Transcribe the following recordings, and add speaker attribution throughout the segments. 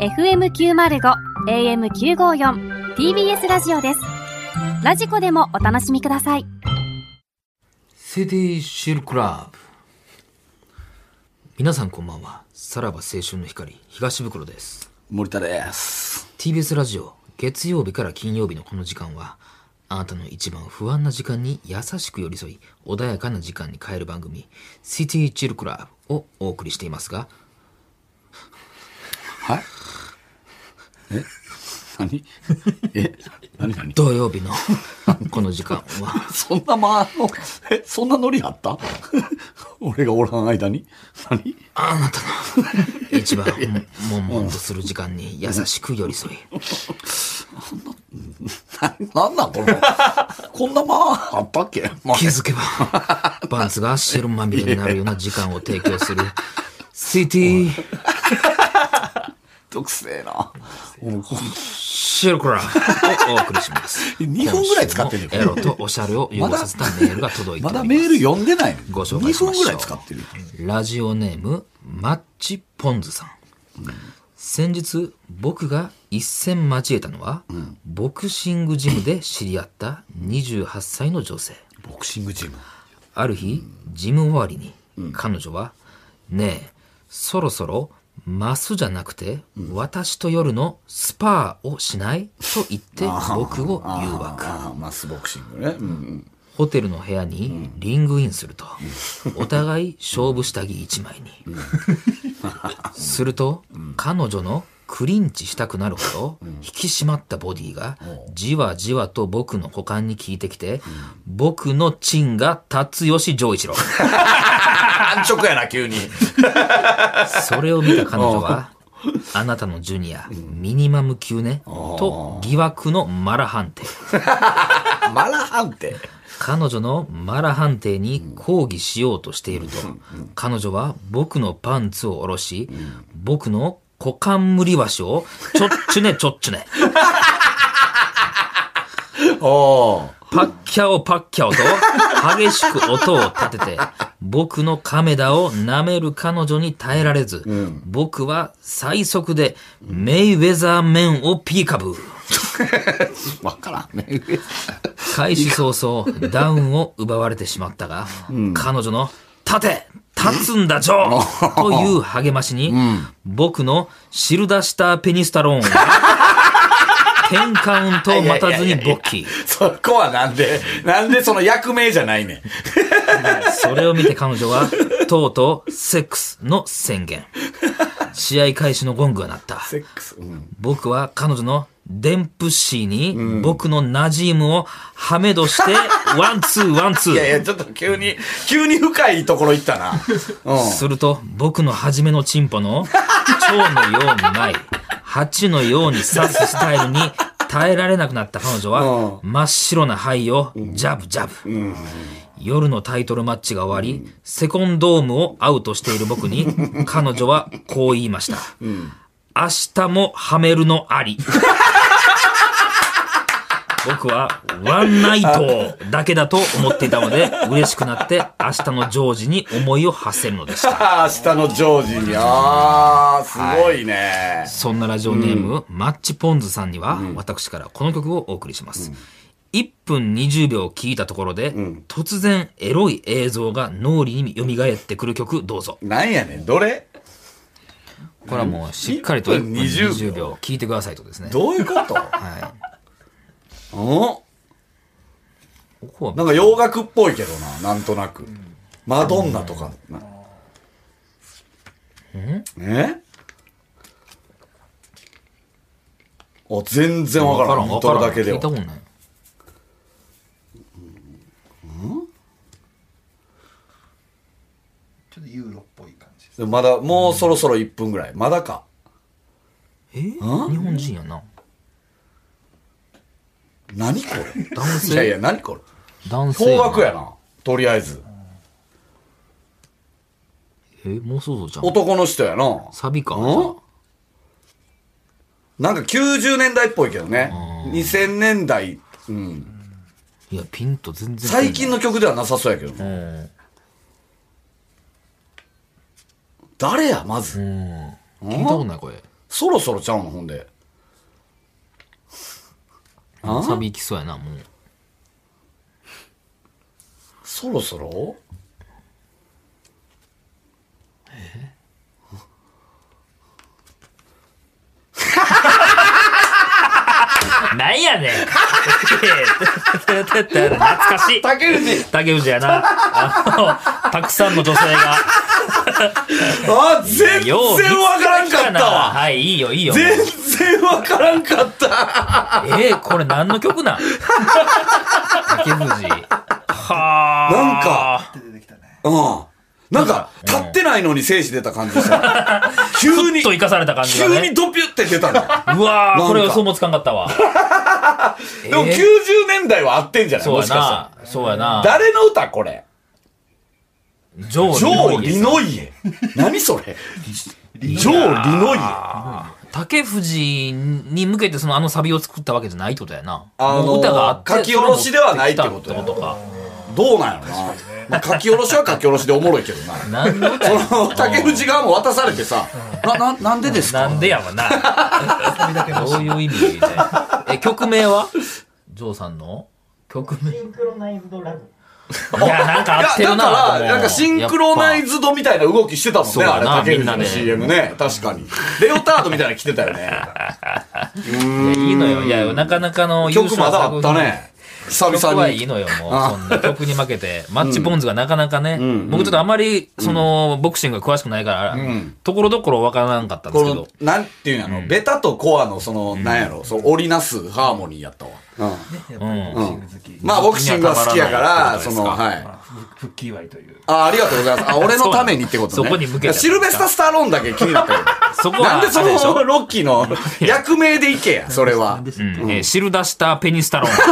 Speaker 1: FM905 AM954 TBS ラジオですラジコでもお楽しみください
Speaker 2: シティシルクラブ皆さんこんばんはさらば青春の光東袋です
Speaker 3: 森田です。
Speaker 2: TBS ラジオ月曜日から金曜日のこの時間はあなたの一番不安な時間に優しく寄り添い穏やかな時間に変える番組「シティ・チル・クラブ」をお送りしていますが
Speaker 3: はい。え、何？え、何何？
Speaker 2: 土曜日のこの時間は
Speaker 3: そんなまあのえそんなノリあった？俺がおらん間に何？
Speaker 2: あなたの一番もんもんとする時間に優しく寄り添い
Speaker 3: ななんなんこのこんなまああったっけ？ま あ
Speaker 2: 気づけばパンツが汁まみれになるような時間を提供す る「シティ・
Speaker 3: 毒性えな。もうこ
Speaker 2: シルクラをお送りします。
Speaker 3: 2分ぐらい使ってんねん
Speaker 2: 今週もエロとおしゃれを融合させたメールが届いておりま
Speaker 3: まだ
Speaker 2: す。
Speaker 3: メール読んでないの。
Speaker 2: ご紹介しましょう
Speaker 3: 2分ぐらい使ってる。
Speaker 2: ラジオネーム、マッチポンズさん。先日、僕が一戦交えたのは、ボクシングジムで知り合った28歳の女性。
Speaker 3: ボクシングジム。
Speaker 2: ある日、ジム終わりに、彼女は、ねえ、そろそろ、マスじゃなくて、私と夜のスパーをしないと言って、僕を誘惑。
Speaker 3: ああマスボクシングね。うんうん。
Speaker 2: ホテルの部屋にリングインすると、お互い勝負下着1枚に。すると、彼女のクリンチしたくなるほど、引き締まったボディが、じわじわと僕の股間に効いてきて、僕のチンが辰吉丈一郎。
Speaker 3: 安直やな 急に。
Speaker 2: それを見た彼女は、あなたのジュニア、ミニマム級ね、と疑惑のマラ判定。
Speaker 3: マラハンテ。
Speaker 2: 彼女のマラ判定に抗議しようとしていると、彼女は僕のパンツを下ろし、僕の股間無理橋をちょっちゅねちょっちゅね、
Speaker 3: おー
Speaker 2: パッキャオパッキャオと激しく音を立てて、僕のカメラを舐める彼女に耐えられず、僕は最速でメイウェザー面をピーカブー。
Speaker 3: わからんね。
Speaker 2: 開始早々、ダウンを奪われてしまったが、彼女の、立て立つんだ、ジョーという励ましに、僕のシルダシターペニスタローンは、10カ ウントを待たずに勃起。
Speaker 3: そこはなんで、なんでその役名じゃないねん。
Speaker 2: それを見て彼女は、とうとう、セックスの宣言。試合開始のゴングが鳴った。
Speaker 3: セックス。うん。
Speaker 2: 僕は彼女のデンプシーに、僕のナジームをハメドして、ワンツーワンツー。
Speaker 3: いやいや、ちょっと急に、急に深いところ行ったな。う
Speaker 2: すると、僕の初めのチンポの、蝶のように舞い、蜂のように刺すスタイルに耐えられなくなった彼女は、真っ白な灰をジャブジャブ。夜のタイトルマッチが終わり、セコンドームをアウトしている僕に、彼女はこう言いました。明日もハメるのあり。僕はワンナイトだけだと思っていたので、嬉しくなって明日のジョージに思いを馳せるのでした。
Speaker 3: ん。明日のジョージに。あー、すごいね。
Speaker 2: そんなラジオネーム、マッチポンズさんには、私からこの曲をお送りします。1分20秒聴いたところで、突然エロい映像が脳裏に蘇ってくる曲どうぞ。
Speaker 3: なんやねん、どれ
Speaker 2: これはもうしっかりと
Speaker 3: 1
Speaker 2: 1
Speaker 3: 分
Speaker 2: 分
Speaker 3: 20
Speaker 2: 20秒聴いてくださいとですね。
Speaker 3: どういうこと
Speaker 2: は
Speaker 3: お
Speaker 2: い。ここは
Speaker 3: なんか洋楽っぽいけどな、なんとなく。マドンナとか。なえお、全然わから
Speaker 2: わ
Speaker 3: ん。見
Speaker 2: か
Speaker 3: と
Speaker 2: ら
Speaker 3: る
Speaker 2: ん
Speaker 3: だけで
Speaker 2: 聞いたこ
Speaker 3: は。
Speaker 2: とない。
Speaker 4: ちょっとユーロっぽい感じです。
Speaker 3: でもまだ、もうそろそろ1分ぐらい。まだか。
Speaker 2: えー日本人やな。
Speaker 3: 何これ
Speaker 2: 男性
Speaker 3: いやいや、何これ
Speaker 2: 男性
Speaker 3: 方
Speaker 2: な
Speaker 3: 角やな。とりあえず。
Speaker 2: えー、もうそうそうじゃん。
Speaker 3: 男の人やな。
Speaker 2: サビか。
Speaker 3: んなんか90年代っぽいけどね。2000年代。うん。
Speaker 2: いや、ピンと全然。
Speaker 3: 最近の曲ではなさそうやけど。
Speaker 2: うん。
Speaker 3: 誰や、まず。
Speaker 2: 聞いたことない、これ。
Speaker 3: そろそろちゃうの、ほんで。あ
Speaker 2: サビ行きそうやな、もう。
Speaker 3: そろそろ
Speaker 2: なんやねん懐かしい。
Speaker 3: 竹内
Speaker 2: 竹内やな。あの、たくさんの女性が。
Speaker 3: あ、全然
Speaker 2: よう見つけ
Speaker 3: わからんかった
Speaker 2: な
Speaker 3: わ。
Speaker 2: はい、いいよ、いいよ。
Speaker 3: 全然わからんかった。
Speaker 2: えー、これ何の曲なん竹藤。はあ。
Speaker 3: なんか。
Speaker 4: って出てきたね。
Speaker 3: うん。なんか、立ってないのに精子出た感じした。 急
Speaker 2: ふ
Speaker 3: に
Speaker 2: っと、生かされた感じが
Speaker 3: 急に
Speaker 2: ね。
Speaker 3: ドピュって 出たの。
Speaker 2: うわー、
Speaker 3: なんか
Speaker 2: これ予想もつかんかったわ。
Speaker 3: でも
Speaker 2: えー
Speaker 3: 90年代は合ってんじゃない
Speaker 2: そう
Speaker 3: も
Speaker 2: や
Speaker 3: しかしたら
Speaker 2: な。そうやな。
Speaker 3: 誰の歌これ
Speaker 2: ジョ
Speaker 3: ジョー・リ
Speaker 2: イエ
Speaker 3: ノイエ。何それジョー・リノイエ。あ
Speaker 2: さん竹藤に向けてそのあのサビを作ったわけじゃないってことやな。
Speaker 3: の
Speaker 2: もう歌があって
Speaker 3: 書き下ろしではないってこ
Speaker 2: そ
Speaker 3: と
Speaker 2: れ
Speaker 3: や
Speaker 2: も作ったってことか。
Speaker 3: どうなんやろな。まあ書き下ろしは書き下ろしでおもろいけどな。
Speaker 2: 何の歌や
Speaker 3: その竹内側も渡されてさ、な、な、なんでですか
Speaker 2: なんでやわな。どういう意味みたいな。え、曲名はジョーさんの曲名。
Speaker 5: シンクロナイズドラブ。
Speaker 2: いや、なんか
Speaker 3: いや
Speaker 2: 合ってるな。
Speaker 3: だか
Speaker 2: で
Speaker 3: ら、
Speaker 2: も
Speaker 3: なんかシンクロナイズドみたいな動きしてたもん
Speaker 2: そう
Speaker 3: ね、
Speaker 2: だ
Speaker 3: あれ、
Speaker 2: な
Speaker 3: 竹内
Speaker 2: みんな
Speaker 3: の
Speaker 2: で
Speaker 3: CM ね。確かに。レオタードみたいなの着てたよね。
Speaker 2: いやいいのよ。いや、なかなかの
Speaker 3: 曲まだあった。ね。久
Speaker 2: 優秀な作品曲
Speaker 3: 々
Speaker 2: はい
Speaker 3: に
Speaker 2: い。のよ、もう。そんな曲に負けて。マッチポンズがなかなかね。僕ちょっとあまり、その、ボクシングが詳しくないから、ところどころわからなかったんで
Speaker 3: こ
Speaker 2: すけど
Speaker 3: の。、なんていうの、ベタとコアの、その、なんやろ、そう、織りなすハーモニーやったわ。
Speaker 4: やっぱりボクシング好き、
Speaker 3: まあ、ボクシングが好きやから、
Speaker 2: 気
Speaker 3: そ
Speaker 2: に
Speaker 3: の、
Speaker 2: はたまら
Speaker 3: は。
Speaker 2: ない
Speaker 4: ふ復帰祝いという。
Speaker 3: あ、ありがとうございます。あ、俺のためにってことね。
Speaker 2: そこに向けて
Speaker 3: いやシルベスタ・スタローンだけ気になったけ
Speaker 2: そこ
Speaker 3: ど。な
Speaker 2: は、
Speaker 3: ん
Speaker 2: あ
Speaker 3: で
Speaker 2: れ
Speaker 3: そ
Speaker 2: でしょ
Speaker 3: のロッキーの役名でいけや、それは。
Speaker 2: うんえーシルダスター・ペニスタロー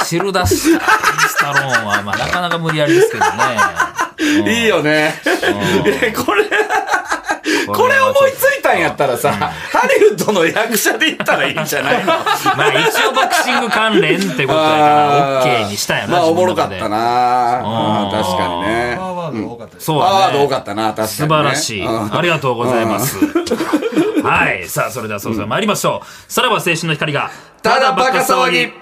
Speaker 2: ン。シルダスター・ペニスタローンは、まあ、なかなか無理やりですけどね。
Speaker 3: いいよね。えこれ、これ思いついたんやったらさ、ハリウッドの役者で行ったらいいんじ ゃないの
Speaker 2: まあ一応ボクシング関連ってことやから、オ
Speaker 3: あ
Speaker 2: ッケ
Speaker 3: ー
Speaker 2: ーにしたんやな。
Speaker 3: まあ、おもろ
Speaker 2: 自
Speaker 3: かっ
Speaker 2: 分の中で
Speaker 3: たな。うん確かにね。
Speaker 4: パワーワードが多かったです。
Speaker 2: そう
Speaker 3: ああ、
Speaker 2: だ
Speaker 3: 多
Speaker 2: ね。
Speaker 3: かったな、確かに、ね。
Speaker 2: 素晴らしい。
Speaker 3: うん
Speaker 2: ありがとうござい ます。はい。さあ、それではそろそろ参りましょう。さらば青春の光が、
Speaker 3: ただバカ騒ぎ。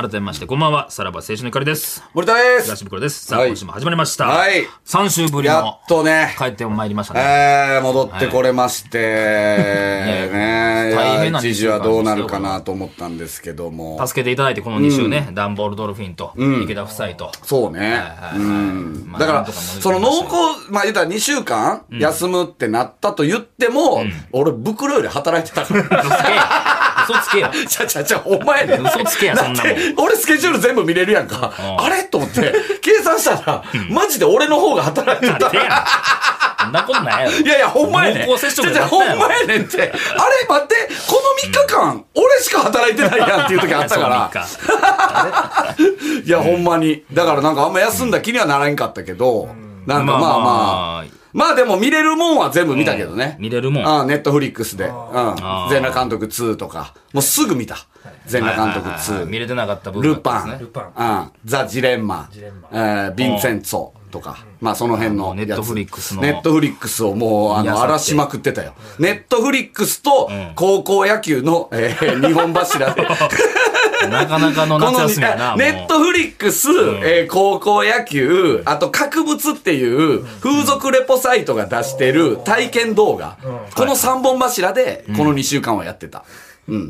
Speaker 2: 改めまして、こんばんは。さらば青春の光です。
Speaker 3: 森田です。
Speaker 2: 東袋です。さあ、
Speaker 3: はい
Speaker 2: 今週も始まりました。
Speaker 3: はい
Speaker 2: 3週ぶり
Speaker 3: や
Speaker 2: の
Speaker 3: っとね、
Speaker 2: 帰ってまいりましたね。
Speaker 3: えー、戻ってこれまして、
Speaker 2: い
Speaker 3: ね、い
Speaker 2: 大変
Speaker 3: や
Speaker 2: な
Speaker 3: 一時はどうなるかなと思ったんですけども。
Speaker 2: 助けていただいて、この2週ね、ダンボールドルフィンと、池田夫妻と。
Speaker 3: そうね
Speaker 2: は。い
Speaker 3: うん
Speaker 2: まあ
Speaker 3: だか
Speaker 2: なん
Speaker 3: ら、
Speaker 2: とか乗り切り
Speaker 3: その
Speaker 2: ました
Speaker 3: 濃
Speaker 2: よ
Speaker 3: 厚、まあ言うたら2週間休むってなったと言っても、俺、袋より働いてたから。
Speaker 2: 嘘つ けよ嘘つけよ。
Speaker 3: ちゃちゃちゃ、お前ね。
Speaker 2: 嘘つけや
Speaker 3: だっ
Speaker 2: そんなも
Speaker 3: て、俺スケジュール全部見れるやんか。
Speaker 2: うん
Speaker 3: あれと思って、計算したら、マジで俺の方が働いて
Speaker 2: なん
Speaker 3: た
Speaker 2: で。やねんそんなことないやろ。
Speaker 3: いやいや、ほんまやねん。
Speaker 2: 濃厚接触
Speaker 3: ちゃちゃほんまやねんって。あれ待って、この3日間、俺しか働いてないやんっていう時あったから。
Speaker 2: そう
Speaker 3: いや、ほんまに。だからなんかあんま休んだ気にはならんかったけど、なんかま
Speaker 2: まあ
Speaker 3: あま
Speaker 2: まあまあ
Speaker 3: あ。まあでも見れるもんは全部見たけどね。
Speaker 2: 見れるもん
Speaker 3: ああ、ネットフリックスで。うん。
Speaker 2: ー
Speaker 3: 全裸監督2とか。もうすぐ見た。全
Speaker 2: か
Speaker 3: 裸監督
Speaker 2: はいはいはい見
Speaker 3: 2。
Speaker 2: れてなかった部分
Speaker 3: ルパ
Speaker 2: だったんで
Speaker 3: ン
Speaker 2: すね。
Speaker 4: パ
Speaker 3: うん。ザ・ジレンマ。
Speaker 4: レンマ
Speaker 3: えーヴィンセンツォとか。まあその辺のやつ。
Speaker 2: ネットフリックスの
Speaker 3: ネットフリックスをもう、あ
Speaker 2: いや
Speaker 3: の、
Speaker 2: さて
Speaker 3: 荒らしまくってたよ。ネットフリックスと、高校野球の、えー、日 本柱で。
Speaker 2: なかなかの
Speaker 3: こ
Speaker 2: 夏
Speaker 3: の
Speaker 2: 休みやな。
Speaker 3: あネットフリックス、えー高校野球、あと、格物っていう風俗レポサイトが出してる体験動画。この3本柱で、この2週間はやってた。
Speaker 2: も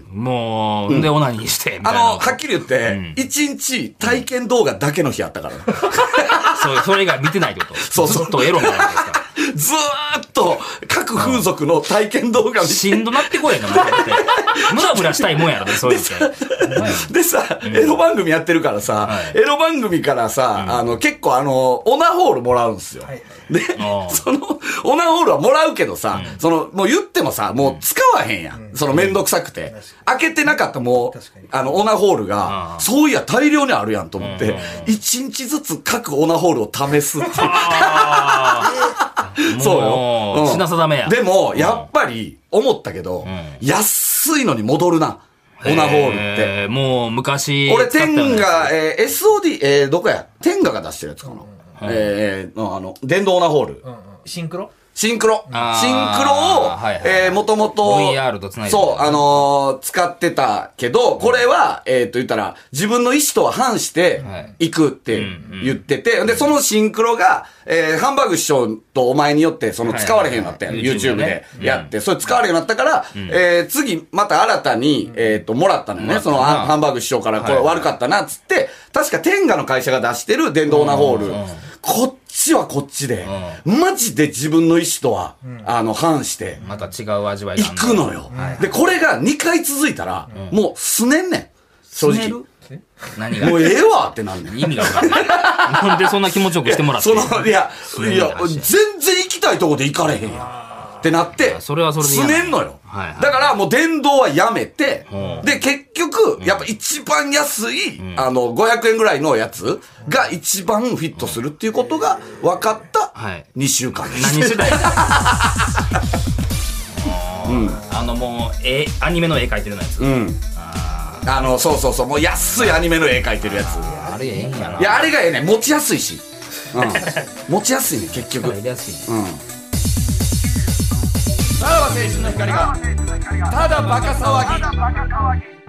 Speaker 2: う、もう、で、オナニーして、みた
Speaker 3: あ
Speaker 2: いな
Speaker 3: の、。はっきり言って、1日体験動画だけの日あったから。
Speaker 2: そう、それ以外見てないってこと。
Speaker 3: そうそう
Speaker 2: ずっとエロみたいなことですか。
Speaker 3: ずーっと、各風俗の体験動画見て
Speaker 2: しんどなってこいやな、もうだって。ムラムラしたいもんやろ ね、そういうのって。
Speaker 3: でさ、エロ番組やってるからさ、
Speaker 2: はい
Speaker 3: エロ番組からさ、あの、結構あの、オナホールもらうんすよ。で
Speaker 2: あー、
Speaker 3: その、オナホールはもらうけどさ、その、もう言ってもさ、もう使わへんやん。そのめんどくさくて。開けてなかったもう
Speaker 4: 確かに、
Speaker 3: あの、オナホールが
Speaker 2: あ、ー
Speaker 3: そういや大量にあるやんと思って、一日ずつ各オナホールを試す っていう。そうよ。
Speaker 2: も
Speaker 3: う
Speaker 2: うん品定めや。
Speaker 3: でも、やっぱり、思ったけど、
Speaker 2: ん
Speaker 3: 安いのに戻るな。オナホールって。
Speaker 2: えー。もう、昔。
Speaker 3: 俺、
Speaker 2: 使った
Speaker 3: 天
Speaker 2: よね
Speaker 3: が、えー SOD、えーどこや天がが出してるやつかな。えーのあの、電動オナホール。
Speaker 4: シンクロ
Speaker 3: シンクロ。
Speaker 2: あー
Speaker 3: シンクロを、
Speaker 2: はいはい
Speaker 3: えー、もともと、
Speaker 2: VR と繋いで
Speaker 3: そう、あのー使ってたけど、これは、えっ、と、言ったら、自分の意思とは反して
Speaker 2: はい、
Speaker 3: 行くって言ってて、で、そのシンクロが、えー、ハンバーグ師匠とお前によって、その
Speaker 2: はい
Speaker 3: 使われへんようになったやん、
Speaker 2: はいはい
Speaker 3: YouTube
Speaker 2: で
Speaker 3: でやって、それ使われへんようになったから、えー、次、また新たに、えっ、と、もらったのよ
Speaker 2: もら
Speaker 3: ね、
Speaker 2: った
Speaker 3: そ
Speaker 2: な
Speaker 3: の、あハンバーグ師匠から、これ
Speaker 2: はい
Speaker 3: 悪かったな、つって、確か天下の会社が出してる電動オナホール
Speaker 2: うんうん、
Speaker 3: こっちはこっちで、マジで自分の意思とは、あの、反して、
Speaker 2: また違う味わいがあ
Speaker 3: 行
Speaker 2: ん
Speaker 3: くのよ。で、これが2回続いたら、もう、すねんねん。正
Speaker 2: すね
Speaker 3: 直。
Speaker 2: る
Speaker 3: も
Speaker 2: 何が
Speaker 3: うええわってなんねん。
Speaker 2: 意味が分かんな いなんでそんな気持ちよ くしてもらって
Speaker 3: その、いや、
Speaker 2: ねん
Speaker 3: い
Speaker 2: ねん
Speaker 3: や、全然行きたいとこで行かれへんやん。ってなって、
Speaker 2: それはそれで嫌
Speaker 3: す
Speaker 2: な
Speaker 3: ねんのよ。
Speaker 2: はいはい
Speaker 3: だからもう電動はやめて、
Speaker 2: うん
Speaker 3: で、結局、やっぱ一番安い、あの、500円ぐらいのやつが一番フィットするっていうことが分かった
Speaker 2: はい
Speaker 3: 2週間です。
Speaker 2: 何世代あのもう絵アニメの絵描いてるようなやつ、
Speaker 3: うん。あの、そうそうそう、もう安いアニメの絵描いてるやつ。
Speaker 2: あれええんやない
Speaker 3: や、あれがええねん持ちやすいし。うん。持ちやすいねん、結局。
Speaker 2: やりやすいね
Speaker 3: うん。さらば青春の光が、ただバカ騒ぎ。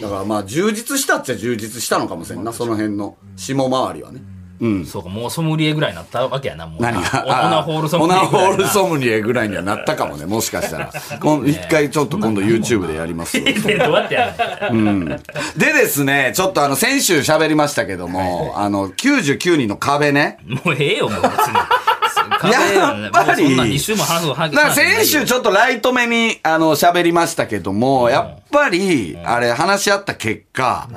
Speaker 3: だからまあ充実したっちゃ充実したのかもしれんな、その辺の下回りはね。うん。
Speaker 2: そうか、もうソムリエぐらいになったわけやな、もう。
Speaker 3: 何
Speaker 2: あ
Speaker 3: が
Speaker 2: オナホールソムリエ
Speaker 3: オナ
Speaker 2: ぐらい
Speaker 3: ホ
Speaker 2: な。
Speaker 3: ールソムリエぐらいにはなったかもね、もしかした ら。こん一回ちょっと今度 YouTube でやりますわ。
Speaker 2: えどうやってやる
Speaker 3: でですね、ちょっとあの、先週喋りましたけども、あの、99人の壁ね。
Speaker 2: のもうええよ、もう別に。
Speaker 3: やっぱ
Speaker 2: もう
Speaker 3: り
Speaker 2: そんな2週も話す話
Speaker 3: だから先週ちょっとライト目に、あの、喋りましたけども、やっぱり、あれ、話し合った結果、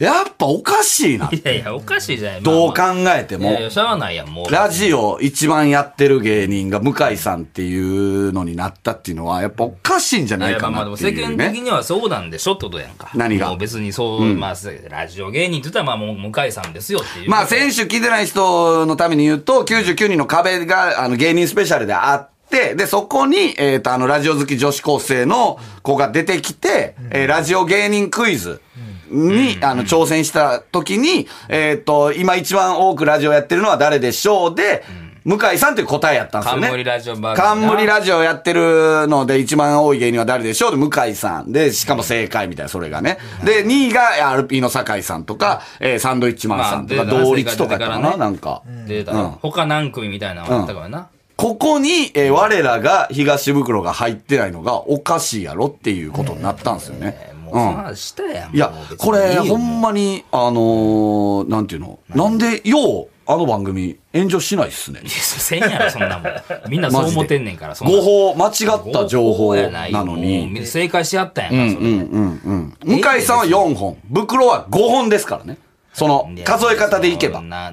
Speaker 3: やっぱおかしい な。
Speaker 2: いやいや、おかしいじゃない。
Speaker 3: どう考
Speaker 2: まあ
Speaker 3: えて
Speaker 2: まあい
Speaker 3: も
Speaker 2: やい。や、しゃあないやん、もう。
Speaker 3: ラジオ一番やってる芸人が向井さんっていうのになったっていうのは、やっぱおかしいんじゃないい
Speaker 2: やま
Speaker 3: か
Speaker 2: あまあで
Speaker 3: な
Speaker 2: も
Speaker 3: って
Speaker 2: 世
Speaker 3: い
Speaker 2: 間
Speaker 3: う
Speaker 2: 的
Speaker 3: ね。
Speaker 2: にはそうなんでしょってことやんか。
Speaker 3: 何が
Speaker 2: もう別にそう、まあ、せラジオ芸人って言ったらまあもう向井さんですよっていう。
Speaker 3: まあ、先週聞いてない人のために言うと、99人の壁が、あの、芸人スペシャルであって、で、そこに、えっ、と、あの、ラジオ好き女子高生の子が出てきて、えーラジオ芸人クイズに、あの、挑戦した時に、えっ、と、今一番多くラジオやってるのは誰でしょうで、向井さんという答えやったんですよね。
Speaker 2: 冠ラジオ番組な。
Speaker 3: 冠ラジオやってるので一番多い芸人は誰でしょうで、向井さん。で、しかも正解みたいな、それがね。で、2位が RP の酒井さんとか、えーサンドイッチマンさんとか、
Speaker 2: まあで
Speaker 3: 同率と
Speaker 2: 正解
Speaker 3: か
Speaker 2: 出て
Speaker 3: か
Speaker 2: から
Speaker 3: な、
Speaker 2: ね
Speaker 3: なんか。
Speaker 2: で、だ
Speaker 3: うん
Speaker 2: 他何組みたいなのがあったからな。
Speaker 3: ここに、えー我らが東袋が入ってないのがおかしいやろっていうことになったんですよね。
Speaker 2: もうそ
Speaker 3: うん。
Speaker 2: なん話したやん。
Speaker 3: いや
Speaker 2: もう別、に
Speaker 3: これ、
Speaker 2: いいよ
Speaker 3: ほんまに、あのーなんていうのなんで、よう、あの番組、炎上しないっすね
Speaker 2: い。やそせんやろ、そんなもん。みんなそう思ってんねんから、そんな
Speaker 3: 誤報、間違った情報なのに。
Speaker 2: もう正解し合ったんやから、それ
Speaker 3: 向井さんは4本、袋は5本ですからね。その
Speaker 2: い、や
Speaker 3: 数え方でいけば。
Speaker 2: そ
Speaker 3: うんん
Speaker 2: な。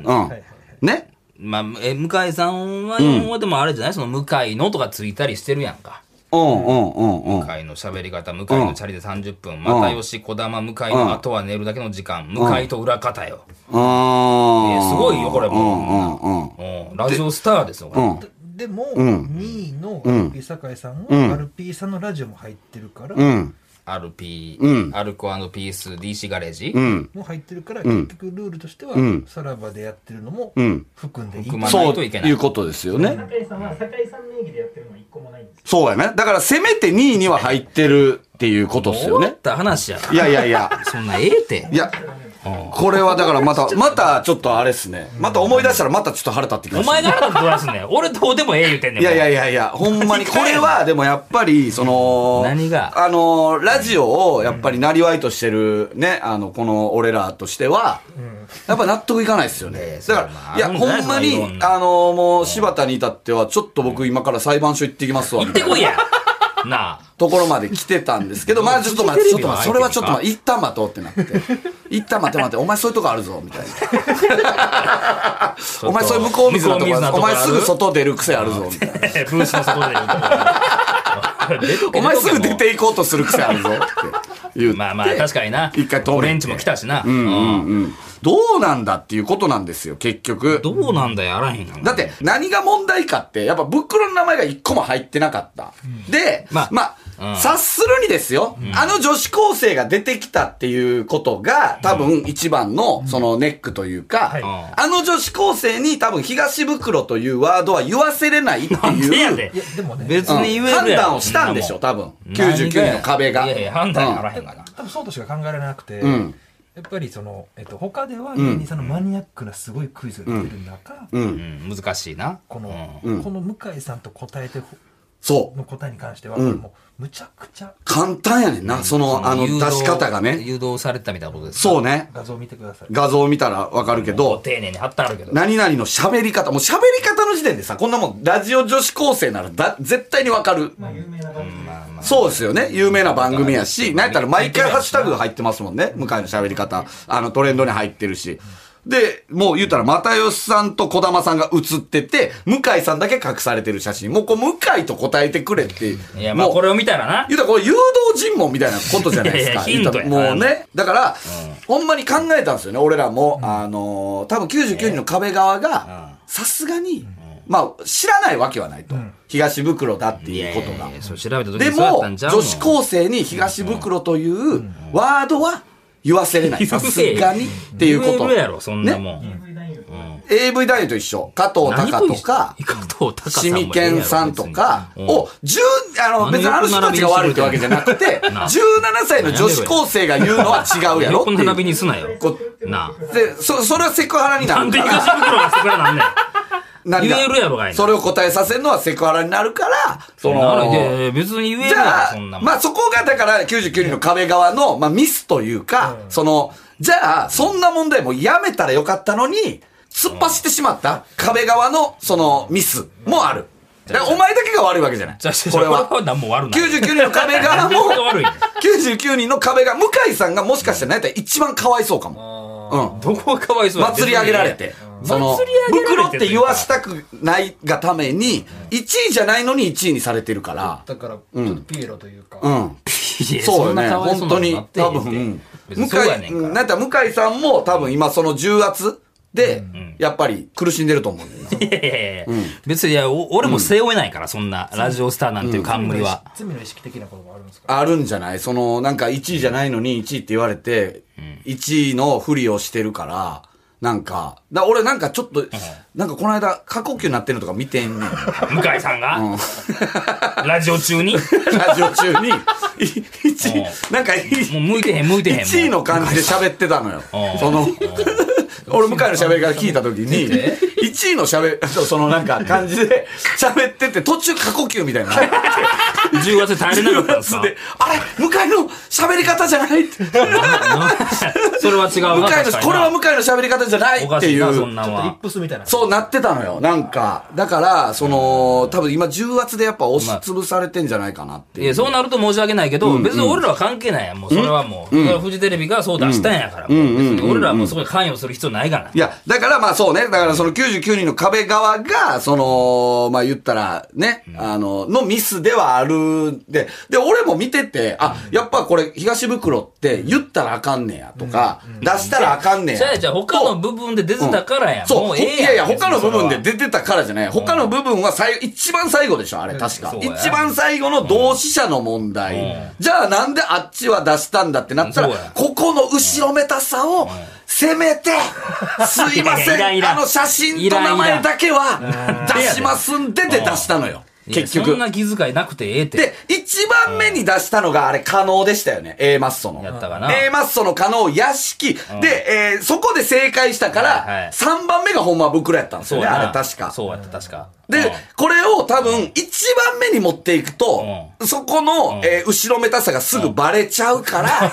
Speaker 3: ね
Speaker 2: まあ、え向井さんは4話でもあれじゃない、その向井のとかついたりしてるやんか。
Speaker 3: うんうんうんうん。
Speaker 2: 向井の喋り方、向井のチャリで30分、又吉、小玉、向井のあとは寝るだけの時間、向井と裏方よ。
Speaker 3: あ
Speaker 2: えすごいよこれも
Speaker 3: うんうんうん。
Speaker 2: うんラジオスターですよ、これ
Speaker 3: うん
Speaker 4: でも、2位の RP 酒井さんは、RP さんのラジオも入ってるから、
Speaker 3: うん。
Speaker 2: RP、
Speaker 3: うん
Speaker 2: アルコピース、DC ガレージ。
Speaker 3: うん。
Speaker 4: も入ってるから、結局ルールとしては、
Speaker 3: ん
Speaker 4: さらばでやってるのも
Speaker 3: うん
Speaker 4: 含んでいい。
Speaker 2: 含まない
Speaker 3: そう
Speaker 2: といけない
Speaker 3: いうことですよね。
Speaker 5: 酒井さんは酒井さん名義でやってるのは一個もないんです
Speaker 3: そうやね。だからせめて2位には入ってるっていうことです
Speaker 2: 終
Speaker 3: よ
Speaker 2: わ
Speaker 3: ね
Speaker 2: っ。た話やから
Speaker 3: いやいやいや。
Speaker 2: そんなええって。
Speaker 3: いや、これはだからまた、またちょっとあれっすね。また思い出したらまたちょっと腹立ってきま
Speaker 2: お
Speaker 3: した。
Speaker 2: 前が腹立つとらすんね ん。俺どうでもええ言うてんねん。
Speaker 3: いやいや
Speaker 2: い
Speaker 3: いやいや、ほん まに、これは、でもやっぱり、その、
Speaker 2: 何が
Speaker 3: あの、ラジオを、やっぱり、なりわいとしてる、ね、あの、この、俺らとしては、やっぱ納得いかないですよ
Speaker 2: え
Speaker 3: ね
Speaker 2: え。
Speaker 3: だ
Speaker 2: それはま
Speaker 3: か
Speaker 2: あ
Speaker 3: ら、いや、
Speaker 2: あるんじゃ
Speaker 3: ほ
Speaker 2: ない
Speaker 3: んま
Speaker 2: そのいろ
Speaker 3: に
Speaker 2: ん、な
Speaker 3: あの、もう、柴田に至っては、ちょっと僕今から裁判所行ってきますわ。
Speaker 2: 行ってこ いや。なあ。
Speaker 3: ところまで来てたんです けど、まあちょっと待って、ちょっと待って、それはちょっと待って、一旦待とうってなって。一旦待て待て、お前そういうとこあるぞ、み たいな。お前そういう向こう水のとこ
Speaker 2: 向こう水な
Speaker 3: あ
Speaker 2: と
Speaker 3: るお
Speaker 2: こある
Speaker 3: 前す ぐ外出る癖あるぞ、みたいな。
Speaker 2: ブースの外で言うと出とけ
Speaker 3: お前すぐ出。て行こうとする癖あるぞって。言っ て
Speaker 2: まあまあ、確かにな。
Speaker 3: 一回止めて
Speaker 2: 俺んちも来たしな。
Speaker 3: うんうんうん。どうなんだっていうことなんですよ、結局。
Speaker 2: どうなんだよ、やらへんがな。
Speaker 3: だって、何が問題かって、やっぱ袋の名前が一個も入ってなかった。で、
Speaker 2: まあ
Speaker 3: まあ、
Speaker 2: うん
Speaker 3: 察するにですよ、あの女子高生が出てきたっていうことが、多分一番の、そのネックというか、
Speaker 4: はい
Speaker 3: あの女子高生に多分東袋というワードは言わせれないって
Speaker 2: なんで
Speaker 3: い
Speaker 2: や
Speaker 3: う。
Speaker 2: で
Speaker 4: い。やでもね
Speaker 2: 別に言えるやろ
Speaker 3: 判断をしたんでしょ、多分。99の壁が。
Speaker 2: いやいや、判断やらへんがな。
Speaker 4: 多分そうとしか考えられなくて、
Speaker 3: ん
Speaker 4: やっぱりその、えっと、他では芸人さんのマニアックなすごいクイズが出てる中、
Speaker 3: うん。う。
Speaker 2: うんん、難しいな。
Speaker 4: この、
Speaker 2: うん
Speaker 4: この向井さんと答えてほ
Speaker 3: そう。
Speaker 4: の答えに関しては、
Speaker 3: うん
Speaker 4: もうむちゃくちゃ
Speaker 3: 簡単やねんな、その、あの、
Speaker 2: 誘
Speaker 3: 出
Speaker 2: 導
Speaker 3: し方がね。
Speaker 2: 誘導されたみたいなことです
Speaker 3: そう
Speaker 2: ね。
Speaker 3: ね。
Speaker 4: 画像を見てください
Speaker 3: 画像を見たらわかるけ
Speaker 2: どう
Speaker 3: ど、
Speaker 2: 丁寧に貼ってあるけど。
Speaker 3: 何々の喋り方、もう喋り方の時点でさ、こんなもん、ラジオ女子高生ならだ、絶対にわかる。
Speaker 5: まあ有名な番組です。
Speaker 3: そうですよね。有名な番組やし、なんやったら毎回ハッシュタグ
Speaker 2: 入
Speaker 3: 入ってますもんね。向井の喋り方。あの、トレンドに入ってるし。で、もう言うたら、又吉さんと児玉さんが映ってて、向井さんだけ隠されてる写真。もうこう、向井と答えてくれって。
Speaker 2: いや、まあ
Speaker 3: もう
Speaker 2: これを見たらな。
Speaker 3: 言うたらこれ誘導尋問みたいなことじゃないですか。
Speaker 2: いやいやヒントや
Speaker 3: 言うたらもうね。だから、ほんまに考えたんですよね、俺らも。あのー、多分99人の壁側が、さすがに、まあ、知らないわけはないと。東袋だって
Speaker 2: い
Speaker 3: い
Speaker 2: や
Speaker 3: う
Speaker 2: い
Speaker 3: ことが
Speaker 2: やい。や、そう調べた時
Speaker 3: で
Speaker 2: にそうやっ
Speaker 3: も
Speaker 2: た、んちゃうの
Speaker 3: 女子高生に東袋というワードは言わせれない。
Speaker 2: 言
Speaker 3: さ
Speaker 2: わ
Speaker 3: す
Speaker 2: せえ
Speaker 3: がにっていうこ
Speaker 2: 言え
Speaker 3: と
Speaker 2: る。やろ、そんなもん。
Speaker 5: AV 男優とか
Speaker 3: AV 男優と一緒。加藤
Speaker 2: 何
Speaker 3: 隆とか、
Speaker 2: 加藤隆さ
Speaker 3: シ
Speaker 2: んもええや
Speaker 3: ミ
Speaker 2: ろ
Speaker 3: ケンさんとか
Speaker 2: 別に
Speaker 3: を、10、あ
Speaker 2: 何
Speaker 3: の、別にあの人たちが悪いってわけじゃなくて、
Speaker 2: な
Speaker 3: 17歳の女子高生が言うのは違うやろっ
Speaker 2: 横
Speaker 3: て
Speaker 2: の
Speaker 3: い
Speaker 2: 並び
Speaker 3: う。
Speaker 2: にすなよ
Speaker 3: こ。
Speaker 2: なあ。
Speaker 3: で、そ、それはセクハラにな
Speaker 2: なん
Speaker 3: る
Speaker 2: で
Speaker 3: か
Speaker 2: 東
Speaker 3: ら、
Speaker 2: 袋がしてくれなんねん。
Speaker 3: 何が
Speaker 2: 言えるやろがいな
Speaker 3: それを答えさせるのはセクハラになるから、 そ
Speaker 2: なる
Speaker 3: の、
Speaker 2: で、別に言え
Speaker 3: じ
Speaker 2: るや
Speaker 3: ゃ
Speaker 2: ろ、
Speaker 3: あ
Speaker 2: そんな、もん。
Speaker 3: まあそこがだから99人の壁側の、まあミスというか、その、じゃあ、そんな問題もやめたらよかったのに、突っ走ってしまった壁側の、その、ミスもある。だからお前だけが悪いわけじゃない。
Speaker 2: じゃあ、
Speaker 3: こ
Speaker 2: こ
Speaker 3: れ
Speaker 2: れ
Speaker 3: は。
Speaker 2: は何も悪ない。
Speaker 3: 99人の壁 側も
Speaker 2: 何が悪いねん、
Speaker 3: 99人の壁が、向井さんがもしかしたら何やったら一番かわいそうかも。
Speaker 2: どこがかわいそ
Speaker 3: うん。
Speaker 2: うや
Speaker 3: 祭り上げられて。その
Speaker 2: 祭り、上げられて
Speaker 3: 袋って言わしたくないがために、1位じゃないのに1位にされてるから。
Speaker 4: だからちょっとピエロというか、
Speaker 3: うん。
Speaker 2: いや
Speaker 3: そうよ
Speaker 2: んな
Speaker 3: ね。
Speaker 2: かわいそ
Speaker 3: 本
Speaker 2: うなこと
Speaker 3: 当に
Speaker 2: なっ。てへん
Speaker 3: 多
Speaker 2: って
Speaker 3: 分、
Speaker 2: 別
Speaker 3: 向
Speaker 2: に
Speaker 3: 井
Speaker 2: そうやねんか
Speaker 3: うん、
Speaker 2: ら
Speaker 3: なんか向井さんも多分今その重圧で、やっぱり苦しんでると思うんだよな。
Speaker 2: いやいやいや別にいやお俺も背負えないから、そんなラジオスターなんていう
Speaker 4: 罪
Speaker 2: 冠
Speaker 4: の意
Speaker 2: は。
Speaker 4: 識罪の意識的なこともあるんですか
Speaker 3: あるんじゃないその、なんか1位じゃないのに1位って言われて、1位のふりをしてるから、なんか、だ俺なんかちょっと、なんかこの間過呼吸になってるのとか見てんねん。
Speaker 2: 向井さんが、ラジオ中に、も
Speaker 3: ラジオ中に、1位、なんか
Speaker 2: う向いてへん、向いてへん。もう
Speaker 3: 1位の感じで喋ってたのよ
Speaker 2: う。ん
Speaker 3: その、俺、向井の喋り方聞いた時に、1位の喋、そのなんか感じで喋ってて、途中過呼吸 みたいな。
Speaker 2: 10月耐えれなかったんです か
Speaker 3: で、あれ向井の喋り方じゃないって。
Speaker 2: それは違うな
Speaker 3: 向井の
Speaker 2: 確かにな
Speaker 3: これは向井の喋り方じゃない
Speaker 2: おか
Speaker 3: って
Speaker 2: しい
Speaker 3: い
Speaker 2: な、そん
Speaker 3: う。
Speaker 2: なん
Speaker 4: ちょっとリ
Speaker 2: は
Speaker 4: ッ。プスみたいな
Speaker 3: そうなってたのよ。なんか、だから、その、多分今重圧でやっぱ押しつぶされてんじゃないかなって
Speaker 2: い
Speaker 3: いう。
Speaker 2: や、そうなると申し訳ないけど、別に俺らは関係ないやん。もう、それはもう、それはフジテレビがそう出したんやから。もう別に俺らはもうそこに関与する必要ないから
Speaker 3: い。や、だからまあそうね。だからその99人の壁側が、その、まあ言ったらね、あの、のミスではあるんで、で、俺も見てて、あ、やっぱこれ東袋って言ったらあかんねやとか、出したらあかんねや。
Speaker 2: じゃあ、じゃあ他の部分で出てたからやん。
Speaker 3: そう
Speaker 2: もうええやん。
Speaker 3: いやいや、他の部分で
Speaker 2: て
Speaker 3: 出てたからじゃない。他の部分は最、一番最後でしょ、あれ、確か
Speaker 2: そ。うや
Speaker 3: 一番最後の同志社の問題。じゃあなんであっちは出したんだってなったら
Speaker 2: そうや、
Speaker 3: ここの後ろめたさを、せめて、すいませ
Speaker 2: いやいやいらんい
Speaker 3: ん、
Speaker 2: らん
Speaker 3: あの写真と名前だけは出しますんでで出したのよ。
Speaker 2: そ
Speaker 3: 結局
Speaker 2: ん。な気遣いなくてええって。
Speaker 3: で、一番目に出したのが、あれ、可能でしたよね。A マッソの。
Speaker 2: やったかな
Speaker 3: A マッソの可能、屋敷。で、えーそこで正解したか
Speaker 2: はいは
Speaker 3: ら、
Speaker 2: い
Speaker 3: 3番目がほんまは袋やったんです
Speaker 2: そう
Speaker 3: よね、
Speaker 2: やな
Speaker 3: あれ確か。
Speaker 2: そうやった、確か。うん
Speaker 3: で、これを多分、一番目に持っていくと、そこの、えー後ろめたさがすぐバレちゃうから、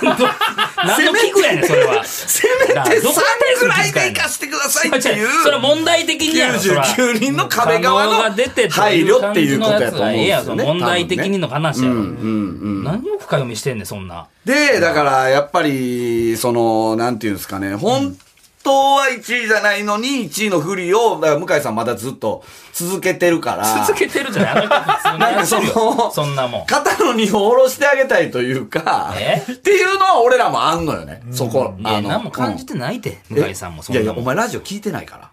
Speaker 2: 何の器具やねん、それ は。
Speaker 3: せめて
Speaker 2: な
Speaker 3: 3
Speaker 2: どこ対す
Speaker 3: ぐ
Speaker 2: る
Speaker 3: らい
Speaker 2: 気遣
Speaker 3: で
Speaker 2: い
Speaker 3: 行
Speaker 2: な
Speaker 3: か
Speaker 2: の
Speaker 3: してくださいって い
Speaker 2: それは
Speaker 3: う。
Speaker 2: 問題的にやろ、それは
Speaker 3: 99人の壁側
Speaker 2: 可能が
Speaker 3: の
Speaker 2: 出てって
Speaker 3: 配
Speaker 2: いう
Speaker 3: 慮っ
Speaker 2: 感
Speaker 3: てい
Speaker 2: じ
Speaker 3: う
Speaker 2: の
Speaker 3: こ
Speaker 2: や
Speaker 3: とや
Speaker 2: つ
Speaker 3: と思
Speaker 2: は
Speaker 3: うん
Speaker 2: ええ
Speaker 3: で
Speaker 2: やん、
Speaker 3: す
Speaker 2: そ
Speaker 3: よ
Speaker 2: の
Speaker 3: ね。
Speaker 2: 問題的
Speaker 3: 多分
Speaker 2: に
Speaker 3: ね
Speaker 2: の話やろ。何を深読みしてんねん、そんな。
Speaker 3: で、だから、やっぱり、その、なんていうんですかね、本当は1位じゃないのに、1位のふりを、だから向井さんまだずっと続けてるから。
Speaker 2: 続けてるじゃないあの人普通にやってるよ。 そんなもん。
Speaker 3: 肩の荷を下ろしてあげたいというか、
Speaker 2: え
Speaker 3: っていうのは俺らもあんのよね。そこ、
Speaker 2: い
Speaker 3: あ
Speaker 2: や、
Speaker 3: の。
Speaker 2: 何も感じ
Speaker 3: て、
Speaker 2: てないで、向井さんもそん
Speaker 3: い
Speaker 2: な
Speaker 3: や
Speaker 2: もん。
Speaker 3: いや、お前ラジオ聞いてないから。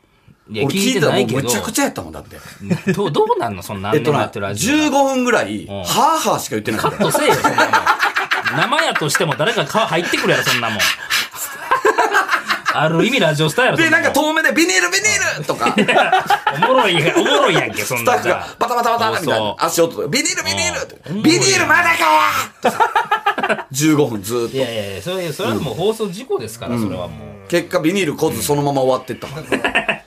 Speaker 2: いや
Speaker 3: 俺
Speaker 2: 聞いて
Speaker 3: たら
Speaker 2: な
Speaker 3: も
Speaker 2: いうけど
Speaker 3: めちゃくちゃやったもんだって。
Speaker 2: どう、どうなんのそんな 何
Speaker 3: えっ
Speaker 2: 年
Speaker 3: と
Speaker 2: もや
Speaker 3: な、
Speaker 2: ってるラジオ。
Speaker 3: 15分ぐらい、
Speaker 2: ん
Speaker 3: はあはあしか言ってない
Speaker 2: カ
Speaker 3: か
Speaker 2: ット
Speaker 3: ら。
Speaker 2: せえよ、そんなもん。生やとしても誰か皮入ってくるやろ、そん なもん。ある意味ラジオスターやろ、
Speaker 3: で、
Speaker 2: そ
Speaker 3: なんん
Speaker 2: も
Speaker 3: か遠目でビニールビニール とか、
Speaker 2: おもろいや、おもろいやんけ、そん
Speaker 3: スタ
Speaker 2: な
Speaker 3: ッフ
Speaker 2: じゃ
Speaker 3: がバタバタバタみたい
Speaker 2: そ
Speaker 3: な
Speaker 2: う。そう
Speaker 3: 足音で、ビニールビニールって
Speaker 2: うん
Speaker 3: ビニールまだかよとか。15分ず
Speaker 2: い
Speaker 3: ーっ
Speaker 2: やいやいや、それ、それはもう放送事故ですから、それはもう。
Speaker 3: と。結果ビニールこずそのまま終わってったから。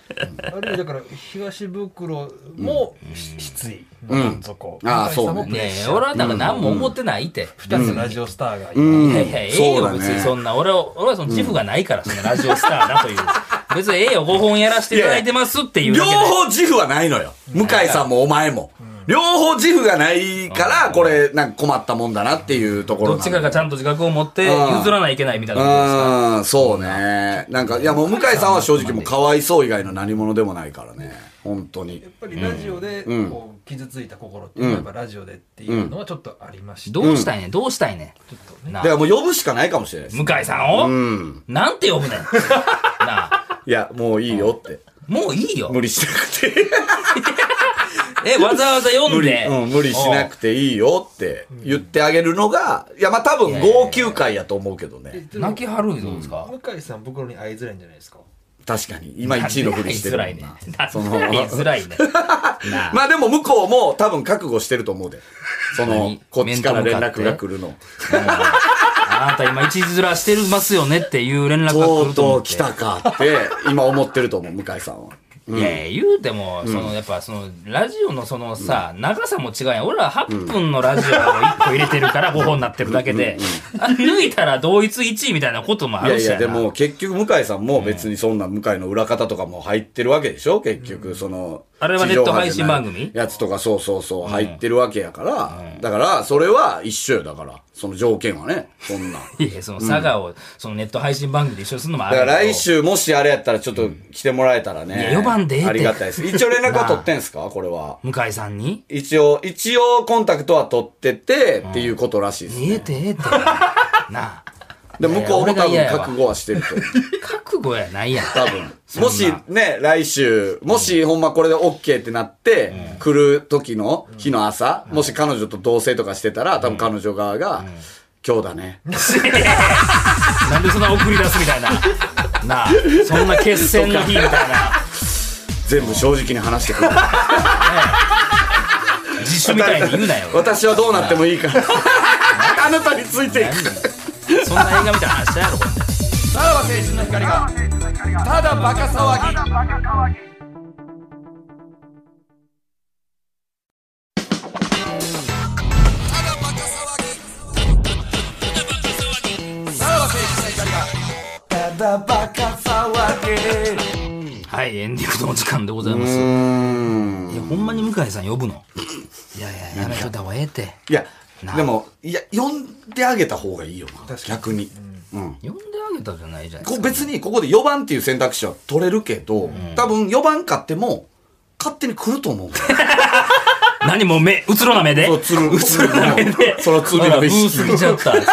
Speaker 4: ある意味だから東袋もし失意
Speaker 3: ん
Speaker 4: なんぞこう
Speaker 3: ああ
Speaker 4: 向井さん
Speaker 3: そう
Speaker 4: も
Speaker 3: ね
Speaker 4: プレッ
Speaker 2: ね
Speaker 4: シ
Speaker 2: え、
Speaker 4: ャー
Speaker 2: 俺はだから何も思ってないって。
Speaker 4: 二つラジオスターがいる
Speaker 3: うん
Speaker 2: いやいや、ええ
Speaker 3: そう
Speaker 2: よ、
Speaker 3: だ
Speaker 2: 別
Speaker 3: ね
Speaker 2: にそんな。俺は、俺はその自負がないから、そのラジオスターだという。別にええよ、5本やらせていただいてますっていうだけ
Speaker 3: 両
Speaker 2: で。
Speaker 3: 方自負はないのよ。向井さんもお前も。両方自負がないから、これ、なんか困ったもんだなっていうとこ
Speaker 2: ど
Speaker 3: ろな
Speaker 2: っ
Speaker 3: の
Speaker 2: ちかがちゃんと自覚を持って譲らないといけないみたいなことですから。
Speaker 3: うん、そうね。なんか、いやもう向井さんは正直もうかわいそう以外の何者でもないからね。本当に
Speaker 4: やっ。ぱりラジオでこう傷ついた心っていうのはやっぱラジオでっていうのはちょっとありまして、
Speaker 2: どうしたいねんどうしたいねん
Speaker 4: ちょっとね
Speaker 2: な
Speaker 3: だ
Speaker 2: あ
Speaker 3: からもう呼ぶしかないかもしれないです。
Speaker 2: 向井さんを、
Speaker 3: うん。
Speaker 2: なんて呼ぶねんなあ
Speaker 3: いや、もういいよって。
Speaker 2: もういいよ
Speaker 3: 無理しなくて。
Speaker 2: えわざわざ読
Speaker 3: 無
Speaker 2: ん
Speaker 3: 理、
Speaker 2: で
Speaker 3: うん、無理しなくていいよって言ってあげるのが、いや、まあ多分号泣会やと思うけどね。
Speaker 2: 泣きはるいぞですか、
Speaker 4: 向井さん袋に会いづらいんじゃないですか
Speaker 3: 確かに。今1位のふりしてるも
Speaker 2: なん
Speaker 3: ん
Speaker 2: で
Speaker 3: な。
Speaker 2: 言いづらいねんなんで言いづらいねんなあ
Speaker 3: まあでも向こうも多分覚悟してると思うで。その
Speaker 2: 何、
Speaker 3: こっちから
Speaker 2: 面と向
Speaker 3: 連
Speaker 2: かって
Speaker 3: 絡が来るの。
Speaker 2: あなた今一ずらしてますよねっていう連絡が来
Speaker 3: とう
Speaker 2: ると
Speaker 3: と
Speaker 2: 思っ
Speaker 3: う
Speaker 2: て
Speaker 3: 来たか って、今思ってると思う、向井さんは。
Speaker 2: いやいや言うても、そのやっぱそのラジオのそのさ、長さも違うやん俺ら8分のラジオを1個入れてるから5本になってるだけで、あ抜いたら同一1位みたいなこともあ
Speaker 3: いや
Speaker 2: る
Speaker 3: い
Speaker 2: しや
Speaker 3: や、
Speaker 2: な
Speaker 3: でも結局向井さんも別にそんな向井の裏方とかも入ってるわけでしょ結局、その。
Speaker 2: あれはネット配信番組
Speaker 3: 地上波じゃないやつとかそうそうそう入ってるわけやから。だから、それは一緒よ、だから。その条件はね。そんなん。
Speaker 2: いやいやその佐賀を、そのネット配信番組で一緒にするのもあ
Speaker 3: だ
Speaker 2: る
Speaker 3: か
Speaker 2: け
Speaker 3: ら
Speaker 2: ど
Speaker 3: 来週もしあれやったらちょっと来てもらえたらね。
Speaker 2: いや呼ばんでええって
Speaker 3: ありがたいです。一応連絡は取ってん すかこれは。
Speaker 2: 向井さんに
Speaker 3: 一応、一応コンタクトは取ってて、っていうことらしいです
Speaker 2: ええ
Speaker 3: ね。
Speaker 2: てええてなあ
Speaker 3: で、向こうも
Speaker 2: いや俺
Speaker 3: 多
Speaker 2: が嫌や
Speaker 3: 分
Speaker 2: わ
Speaker 3: 覚悟はしてると思う。
Speaker 2: 覚悟やないやん
Speaker 3: 多 分。もしね、来週、もしほんまこれで OK ってなって、来る時の日の朝、もし彼女と同棲とかしてたら、多分彼女側が、今日だね。
Speaker 2: なんでそんな送り出すみたいななあそんな決戦の日みたいな
Speaker 3: 全部正直に話してく れ。
Speaker 2: 自主みたいに言う なよ
Speaker 3: 私はどうなってもいい から。あなたについていく。
Speaker 2: そんな映画みたいな話だやろこれ
Speaker 3: さらば青春の光が、ただバカ騒ぎ。
Speaker 2: はいエンディングのお時間でございますいやほんまに向井さん呼ぶのいやいややめといた方がええって
Speaker 3: いや
Speaker 2: な、
Speaker 3: でも、いや、呼んであげた方がいいよな。逆に。うん。
Speaker 2: 呼んであげたじゃないじゃないです
Speaker 3: こう
Speaker 2: か
Speaker 3: 別にここで4番っていう選択肢は取れるけど、多分4番買っても、勝手に来ると思う。
Speaker 2: 何もう目うつろな目で
Speaker 3: そう、つる、つるな目
Speaker 2: で
Speaker 3: そのつる
Speaker 2: ほら
Speaker 3: な
Speaker 2: ブ
Speaker 3: 目
Speaker 2: ー
Speaker 3: 識
Speaker 2: ス見ちゃったっつって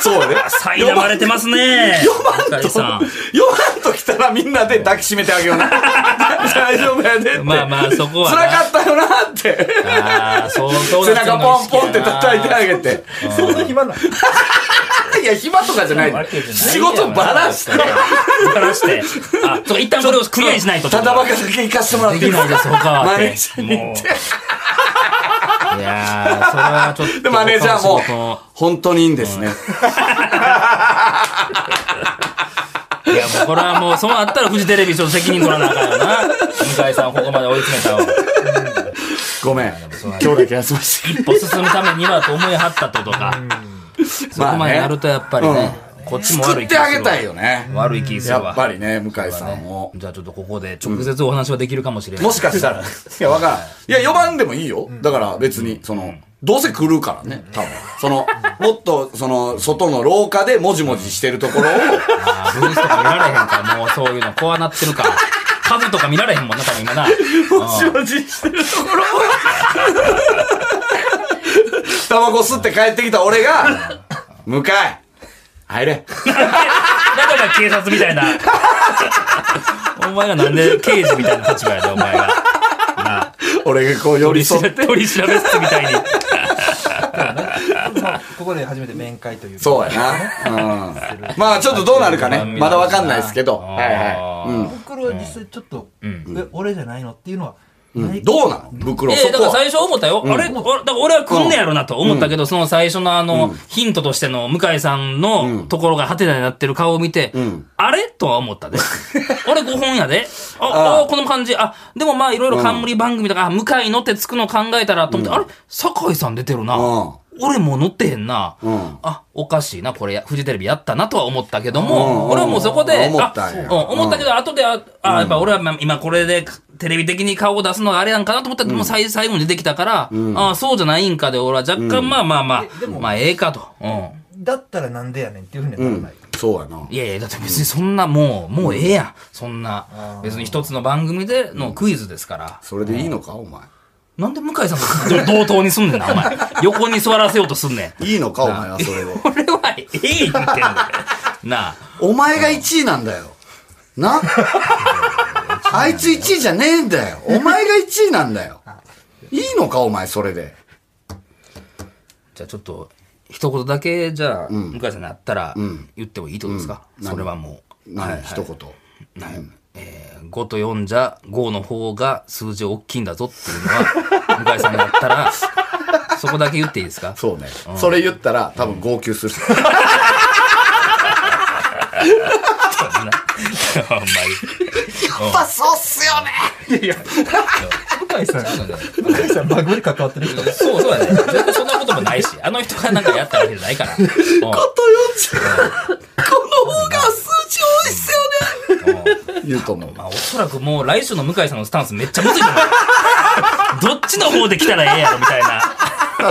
Speaker 3: そうね。
Speaker 2: 苛まれてますね
Speaker 3: 4
Speaker 2: 向
Speaker 3: 番
Speaker 2: 井
Speaker 3: と、4
Speaker 2: さん
Speaker 3: 番と来たらみんなで抱きしめてあげ ような。大丈夫やでって。
Speaker 2: まあまあそこはな
Speaker 3: 辛かったよなって。
Speaker 2: ああ、そう、そう
Speaker 3: 背中ポンポンって叩いてあげて。
Speaker 4: そんな暇ない
Speaker 3: いや、暇とかじゃない。仕事ばらして。
Speaker 2: ばらして。あ、そう、一旦これをクリアにしないと。
Speaker 3: ただバカだけ行かせてもらっ
Speaker 2: で
Speaker 3: て
Speaker 2: きないです、他は。
Speaker 3: マネージャーに
Speaker 2: もういやー、それはちょっと。
Speaker 3: で、マネージャー
Speaker 2: 他の
Speaker 3: も、本当にいいんですね。
Speaker 2: 仕事いや、もうこれはもう、そうあったらフジテレビちょっと責任取らなあかんよな。向井さん、ここまで追い詰めたわ。
Speaker 3: ごめん。今日だけ休ませて。
Speaker 2: 一歩進むためにはと思いはったととか。そこまでやるとやっぱりね、こっちも
Speaker 3: 作
Speaker 2: 悪い
Speaker 3: っ
Speaker 2: 気
Speaker 3: て
Speaker 2: が
Speaker 3: あ
Speaker 2: す
Speaker 3: げ
Speaker 2: る
Speaker 3: た
Speaker 2: わ
Speaker 3: い。よね。
Speaker 2: 悪い気するわ。
Speaker 3: やっぱりね、向井さん
Speaker 2: ね
Speaker 3: も。
Speaker 2: じゃあちょっとここで直接お話はできるかもしれない。
Speaker 3: もしかしたら。いや、わからん。いや、4番でもいいよ。だから別に、その、どうせ来るからね、多分。その、もっと、その、外の廊下でもじもじしてるところを、
Speaker 2: あーブースとか見られへんから、もうそういうの、怖なってるから。数とか見られへんもんな、多分今な。
Speaker 3: もじもじしてるところを、 タバコ吸って帰ってきた俺が、向かい、入
Speaker 2: だ
Speaker 3: れ。
Speaker 2: から警察みたい な。お前がなんで刑事みたいな立場やで、お前が。なあ
Speaker 3: 俺がこ う寄
Speaker 2: 取
Speaker 3: り
Speaker 2: り調
Speaker 3: 添っ
Speaker 2: べ、
Speaker 3: て。
Speaker 2: 取り調べ室み たいに。
Speaker 4: まあここで初めて面会というか
Speaker 3: そうやな。うん。まあちょっとどうなるか ね。まだわかんないですけど。
Speaker 2: あー
Speaker 3: はいはい。うん。
Speaker 4: 袋は実際ちょっと、
Speaker 2: ん
Speaker 4: え俺じゃないのっていうのは、ない
Speaker 3: どうなの袋、
Speaker 2: ええ
Speaker 3: そ
Speaker 2: だ
Speaker 3: こ
Speaker 2: から
Speaker 3: は。
Speaker 2: 最初思ったよ。あれおだから俺は来んねやろなと思ったけど、その最初のあの、ヒントとしての向井さんのところがハテナになってる顔を見て、
Speaker 3: ん
Speaker 2: あれとは思った で。俺5本やで。
Speaker 3: あ
Speaker 2: あ、あこの感じ。あ、でもまあいろいろ冠番組とか、あ向井のってつくの考えたらと思って、あれ酒井さん出てるな。
Speaker 3: うん
Speaker 2: 俺もう乗ってへんな。
Speaker 3: うん
Speaker 2: あ、おかしいな、これ、フジテレビやったなとは思ったけども、俺はもうそこで、
Speaker 3: 思
Speaker 2: あ
Speaker 3: ったんや
Speaker 2: うん思ったけど、後で、あ、あやっぱ俺はま今これでテレビ的に顔を出すのがあれなんかなと思ったら、もう最最後に出てきたから、あそうじゃないんかで、俺は若干、まあまあま
Speaker 4: で
Speaker 2: あ、
Speaker 4: も
Speaker 2: まあええかと。うん
Speaker 4: だったらなんでやねんっていうふうにはならない、
Speaker 3: そうやな。
Speaker 2: いやいや、だって別にそんなもう、もうええやん。そんな、別に一つの番組でのクイズですから。
Speaker 3: それでいいのかお前。
Speaker 2: なんで向井さん が同等にすんねんな、お前。横に座らせようとす んねん。
Speaker 3: いいのかお前はそれを。
Speaker 2: 俺はええ言ってんだよ。 なあ。
Speaker 3: お前が1位なんだよ。 なあいつ1位じゃねえんだよ。お前が1位なんだよ。いいのかお前それで。
Speaker 2: じゃあちょっと、一言だけ、じゃあ、向井さんに会ったら、言ってもいいってことですか、それはもう。
Speaker 3: 何、一言。何
Speaker 2: えー、5と4じゃ、5の方が数字大きいんだぞっていうのは、 向井さんに会ったら、そこだけ言っていいですか
Speaker 3: そうね。それ言ったら多分号泣する。
Speaker 2: ほんまに。
Speaker 3: やっぱそうっすよね
Speaker 4: 向井さん向井さん番組に関わってる人
Speaker 2: そうそうやね。全然そんなこともないし、あの人がなんかやったわけじゃない から。
Speaker 3: あと40。この方が数値多いっすよね言うと思う。
Speaker 2: まあ、おそらくもう来週の向井さんのスタンスめっちゃむずいと思う。どっちの方で来たらええやろみたいな。もう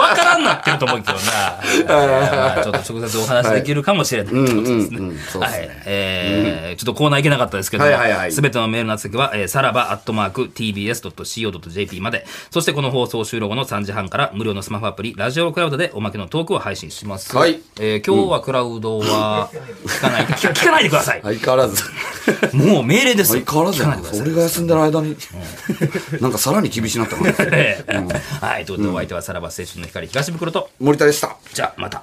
Speaker 2: わからんなってると思うけどな。まあちょっと直接お話できるかもしれないってことですね
Speaker 3: うんうんうんそうで
Speaker 2: は
Speaker 3: すね
Speaker 2: い。えーちょっとコーナー行けなかったですけど
Speaker 3: はいはいはい、
Speaker 2: すべてのメールの宛先は、えーさらばアットマーク tbs.co.jp まで。そしてこの放送終了後の3時半から無料のスマホアプリ、ラジオクラウドでおまけのトークを配信します。
Speaker 3: はい
Speaker 2: えー今日はクラウドは、聞かない、 聞かないでください。
Speaker 3: 相変わらず。
Speaker 2: もう命令ですよ。
Speaker 3: 相変わらず
Speaker 2: 聞
Speaker 3: や
Speaker 2: かな
Speaker 3: ない
Speaker 2: でください。
Speaker 3: 俺が休んでる間に、 なんかさらに厳しいなったから。
Speaker 2: ええはい、ということでお相手はさらば青春の光東袋と、
Speaker 3: 森田でした。
Speaker 2: じゃあまた。